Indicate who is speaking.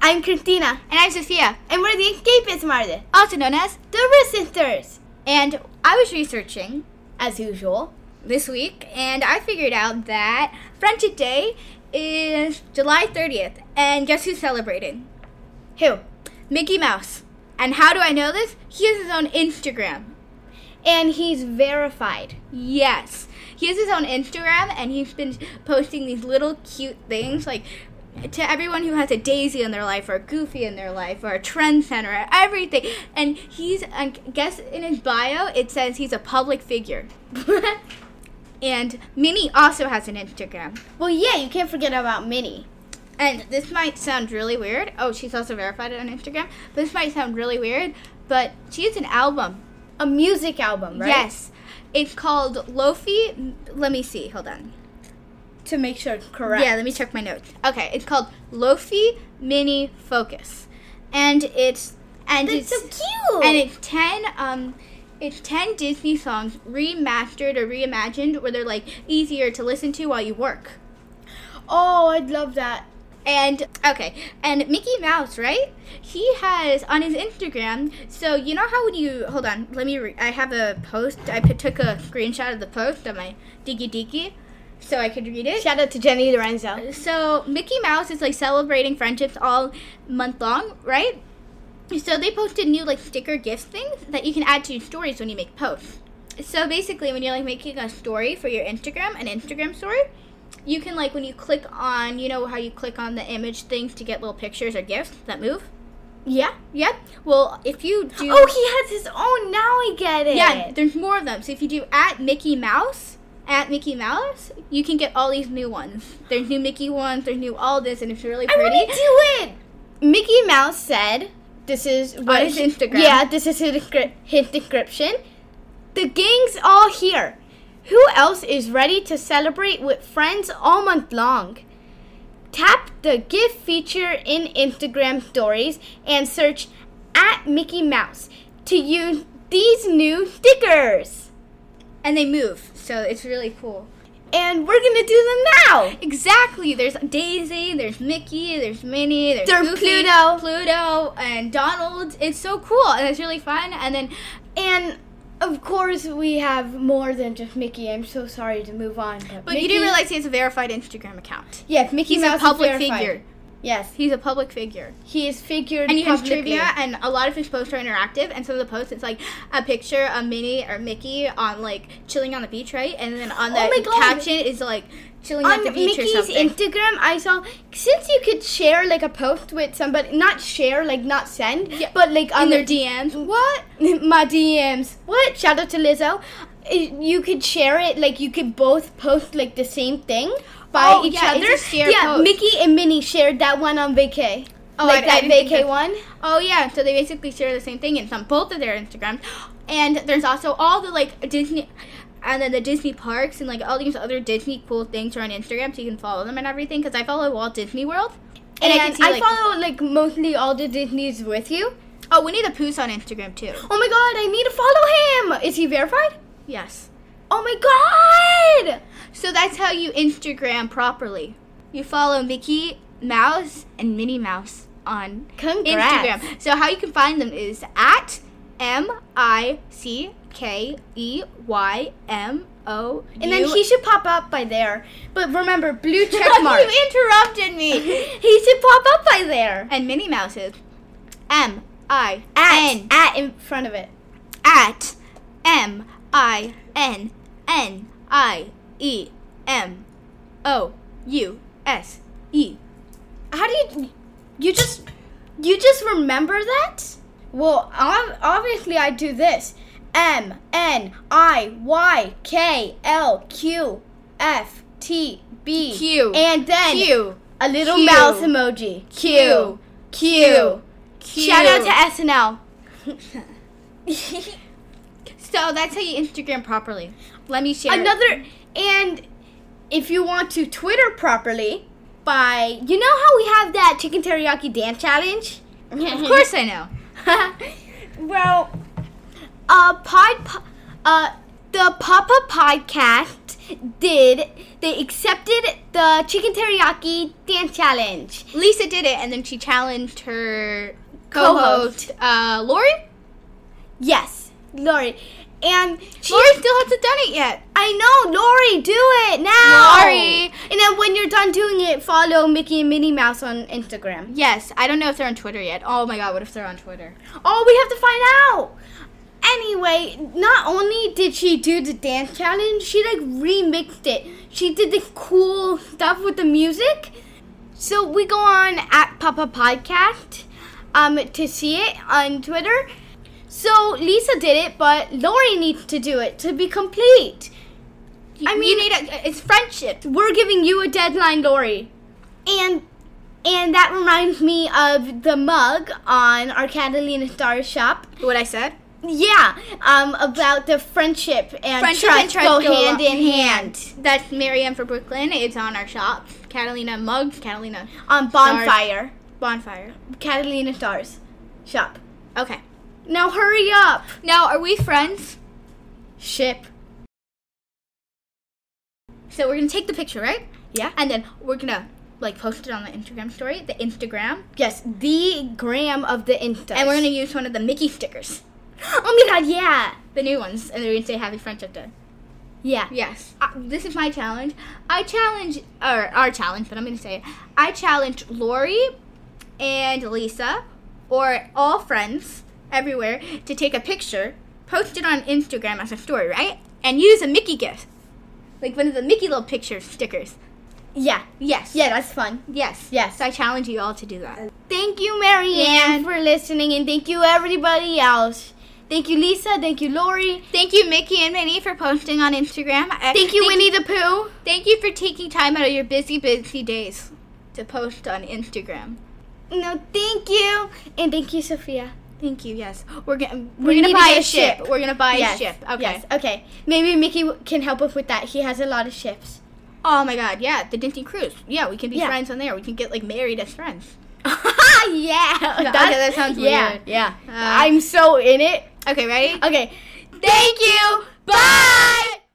Speaker 1: I'm Christina,
Speaker 2: And I'm Sophia,
Speaker 1: and we're the Escape It Smartest,
Speaker 2: also known as.
Speaker 1: the Risk Sisters.
Speaker 2: And I was researching
Speaker 1: As usual,
Speaker 2: this week, and I figured out that Friendship Day is July 30th, and guess who's celebrating?
Speaker 1: who?
Speaker 2: Mickey Mouse. And how do I know this? He has his own Instagram.
Speaker 1: And he's verified.
Speaker 2: Yes. He has his own Instagram and he's been posting these little cute things like to everyone who has a daisy in their life or a goofy in their life or a trend center or everything. And he's I guess in his bio it says he's a public figure. and Minnie also has an Instagram.
Speaker 1: Well, yeah, you can't forget about Minnie.
Speaker 2: And this might sound really weird. Oh, she's also verified on Instagram. But this might sound really weird, but she has an album.
Speaker 1: A music album, right?
Speaker 2: Yes. It's called Lofi. Let me see. Hold on.
Speaker 1: To make sure it's correct.
Speaker 2: Yeah, let me check my notes. Okay, it's called Lofi Mini Focus, and it's and
Speaker 1: That's so
Speaker 2: it's
Speaker 1: cute.
Speaker 2: and it's ten um, it's ten Disney songs remastered or reimagined where they're like easier to listen to while you work.
Speaker 1: oh, I'd love that.
Speaker 2: And okay, and Mickey Mouse, right? He has on his Instagram. So you know how when you hold on, let me. Re- I have a post. I p- took a screenshot of the post on my Diggy Diggy, so I could read it.
Speaker 1: Shout out to Jenny Lorenzo.
Speaker 2: So Mickey Mouse is like celebrating friendships all month long, right? So they posted new like sticker gifts things that you can add to your stories when you make posts. So basically, when you're like making a story for your Instagram, an Instagram story, you can like when you click on, you know how you click on the image things to get little pictures or gifts that move.
Speaker 1: Yeah.
Speaker 2: Yep. Well, if you do,
Speaker 1: Oh, he has his own. Now I get it.
Speaker 2: yeah, there's more of them. So if you do at Mickey Mouse, at Mickey Mouse, you can get all these new ones. There's new Mickey ones. There's new all this, and it's really
Speaker 1: I
Speaker 2: pretty.
Speaker 1: want to do it. Mickey Mouse said, "This is what
Speaker 2: his Instagram.
Speaker 1: Yeah, this is his, descri- his description. The gang's all here. Who else is ready to celebrate with friends all month long? Tap the gift feature in Instagram stories and search at Mickey Mouse to use these new stickers.
Speaker 2: and they move, so it's really cool.
Speaker 1: And we're gonna do them now.
Speaker 2: Exactly. There's Daisy. There's Mickey. There's Minnie. There's
Speaker 1: There's
Speaker 2: Goofy,
Speaker 1: Pluto.
Speaker 2: Pluto and Donald. It's so cool, and it's really fun. And then
Speaker 1: And of course, we have more than just Mickey. I'm so sorry to move on. But,
Speaker 2: But
Speaker 1: Mickey,
Speaker 2: you didn't realize he has a verified Instagram account.
Speaker 1: Yes, Mickey
Speaker 2: He's
Speaker 1: Mouse
Speaker 2: a public
Speaker 1: is verified.
Speaker 2: figure.
Speaker 1: Yes,
Speaker 2: He's a public figure.
Speaker 1: he is figured.
Speaker 2: And he has
Speaker 1: publicly.
Speaker 2: trivia, and a lot of his posts are interactive. And some of the posts, it's like a picture of Minnie or Mickey on like chilling on the beach, right? And then on the
Speaker 1: Oh my God.
Speaker 2: caption is like chilling at
Speaker 1: On
Speaker 2: the beach or
Speaker 1: Mickey's
Speaker 2: something.
Speaker 1: Instagram, I saw since you could share like a post with somebody, not share like not send,
Speaker 2: Yeah,
Speaker 1: but like on
Speaker 2: in their
Speaker 1: the-
Speaker 2: DMs.
Speaker 1: What my DMs? What? Shout out to Lizzo. Uh, You could share it like you could both post like the same thing by
Speaker 2: Oh,
Speaker 1: each
Speaker 2: yeah, it's
Speaker 1: other.
Speaker 2: a shared
Speaker 1: yeah,
Speaker 2: post.
Speaker 1: Mickey and Minnie shared that one on vacay.
Speaker 2: Oh,
Speaker 1: like
Speaker 2: I- I
Speaker 1: that
Speaker 2: didn't think
Speaker 1: vacay
Speaker 2: that-
Speaker 1: one.
Speaker 2: Oh yeah, so they basically share the same thing in some both of their Instagrams, and there's also all the like Disney, and then the Disney parks and like all these other Disney cool things are on Instagram, so you can follow them and everything. Because I follow Walt Disney World,
Speaker 1: And, I,
Speaker 2: can see like
Speaker 1: follow like mostly all the Disney's with you.
Speaker 2: oh Winnie the Pooh's on Instagram too.
Speaker 1: Oh my god, I need to follow him. Is he verified?
Speaker 2: Yes,
Speaker 1: Oh my god!
Speaker 2: so that's how you Instagram properly. You follow Mickey Mouse and Minnie Mouse on
Speaker 1: Congrats.
Speaker 2: Instagram. So how you can find them is at M I C K E Y M O.
Speaker 1: And then
Speaker 2: U
Speaker 1: he should pop up by there. But remember, blue check mark.
Speaker 2: you interrupted me.
Speaker 1: he should pop up by there.
Speaker 2: And Minnie Mouse is M I
Speaker 1: At,
Speaker 2: N
Speaker 1: at in front of it.
Speaker 2: at M I N N I E M O U S E.
Speaker 1: How do you you just you just remember that? Well, ob- obviously I do this. M N I Y K L Q F T B
Speaker 2: Q.
Speaker 1: and then
Speaker 2: Q
Speaker 1: a little
Speaker 2: Q.
Speaker 1: mouse emoji.
Speaker 2: Q
Speaker 1: Q.
Speaker 2: Q.
Speaker 1: Shout out to SNL.
Speaker 2: So that's how you Instagram properly. Let me share.
Speaker 1: Another and if you want to Twitter properly by you know how we have that chicken teriyaki dance challenge?
Speaker 2: Of course I know.
Speaker 1: well, uh, Pod, Po- uh, the Papa Podcast did. They accepted the chicken teriyaki dance challenge.
Speaker 2: Lisa did it, and then she challenged her co-host, uh, Lori.
Speaker 1: Yes, Lori. And she
Speaker 2: Lori still hasn't done it yet.
Speaker 1: I know, Lori, do it now.
Speaker 2: Lori.
Speaker 1: And then when you're done doing it, follow Mickey and Minnie Mouse on Instagram.
Speaker 2: Yes, I don't know if they're on Twitter yet. Oh my god, what if they're on Twitter?
Speaker 1: Oh, we have to find out. Anyway, not only did she do the dance challenge, she like remixed it. She did the cool stuff with the music. So we go on at Papa Podcast um, to see it on Twitter. So Lisa did it, but Lori needs to do it to be complete.
Speaker 2: I mean, you need a, it's friendship.
Speaker 1: We're giving you a deadline, Lori. And and that reminds me of the mug on our Catalina Star shop.
Speaker 2: What I said.
Speaker 1: Yeah, um, about the friendship and
Speaker 2: Friendship
Speaker 1: trust
Speaker 2: and trust
Speaker 1: go,
Speaker 2: go
Speaker 1: hand
Speaker 2: along-
Speaker 1: in hand
Speaker 2: That's Marianne for Brooklyn. It's on our shop. Catalina mugs. Catalina
Speaker 1: on bonfire.
Speaker 2: bonfire.
Speaker 1: Catalina Stars shop.
Speaker 2: Okay.
Speaker 1: Now hurry up,
Speaker 2: Now, are we friends?
Speaker 1: ship.
Speaker 2: So we're gonna take the picture, right?
Speaker 1: Yeah.
Speaker 2: And then we're gonna like post it on the Instagram story, the Instagram,
Speaker 1: Yes, the gram of the Insta.
Speaker 2: and we're gonna use one of the Mickey stickers,
Speaker 1: Oh my God! Yeah,
Speaker 2: the new ones, and we're gonna say Happy Friendship Day.
Speaker 1: yeah.
Speaker 2: Yes. Uh, this is my challenge. I challenge, or our challenge, but I'm gonna say it. I challenge Lori and Lisa, or all friends everywhere, to take a picture, post it on Instagram as a story, right? And use a Mickey gift, like one of the Mickey little picture stickers.
Speaker 1: yeah,
Speaker 2: Yes.
Speaker 1: yeah. That's fun.
Speaker 2: Yes.
Speaker 1: Yes.
Speaker 2: So I challenge you all to do that.
Speaker 1: Thank you, Marianne,
Speaker 2: And-
Speaker 1: for listening, and thank you everybody else. Thank you, Lisa. Thank you, Lori.
Speaker 2: Thank you, Mickey and Minnie, for posting on Instagram. I-
Speaker 1: Thank you, Winnie the Pooh.
Speaker 2: Thank you for taking time out of your busy, busy days to post on Instagram.
Speaker 1: No, thank you, and thank you, Sophia.
Speaker 2: Thank you. Yes, we're gonna we're
Speaker 1: We need
Speaker 2: gonna
Speaker 1: to
Speaker 2: buy
Speaker 1: get
Speaker 2: a
Speaker 1: a
Speaker 2: ship.
Speaker 1: ship.
Speaker 2: We're gonna buy
Speaker 1: yes.
Speaker 2: a ship. Okay.
Speaker 1: Yes. Okay. Maybe Mickey w- can help us with that. He has a lot of ships.
Speaker 2: Oh my God. Yeah, the Disney cruise. Yeah, we can be
Speaker 1: Yeah.
Speaker 2: friends on there. We can get like married as friends.
Speaker 1: yeah.
Speaker 2: okay, that sounds
Speaker 1: yeah,
Speaker 2: weird.
Speaker 1: Yeah.
Speaker 2: Uh,
Speaker 1: I'm so in it.
Speaker 2: Okay. Ready?
Speaker 1: Okay. Thank you. Bye.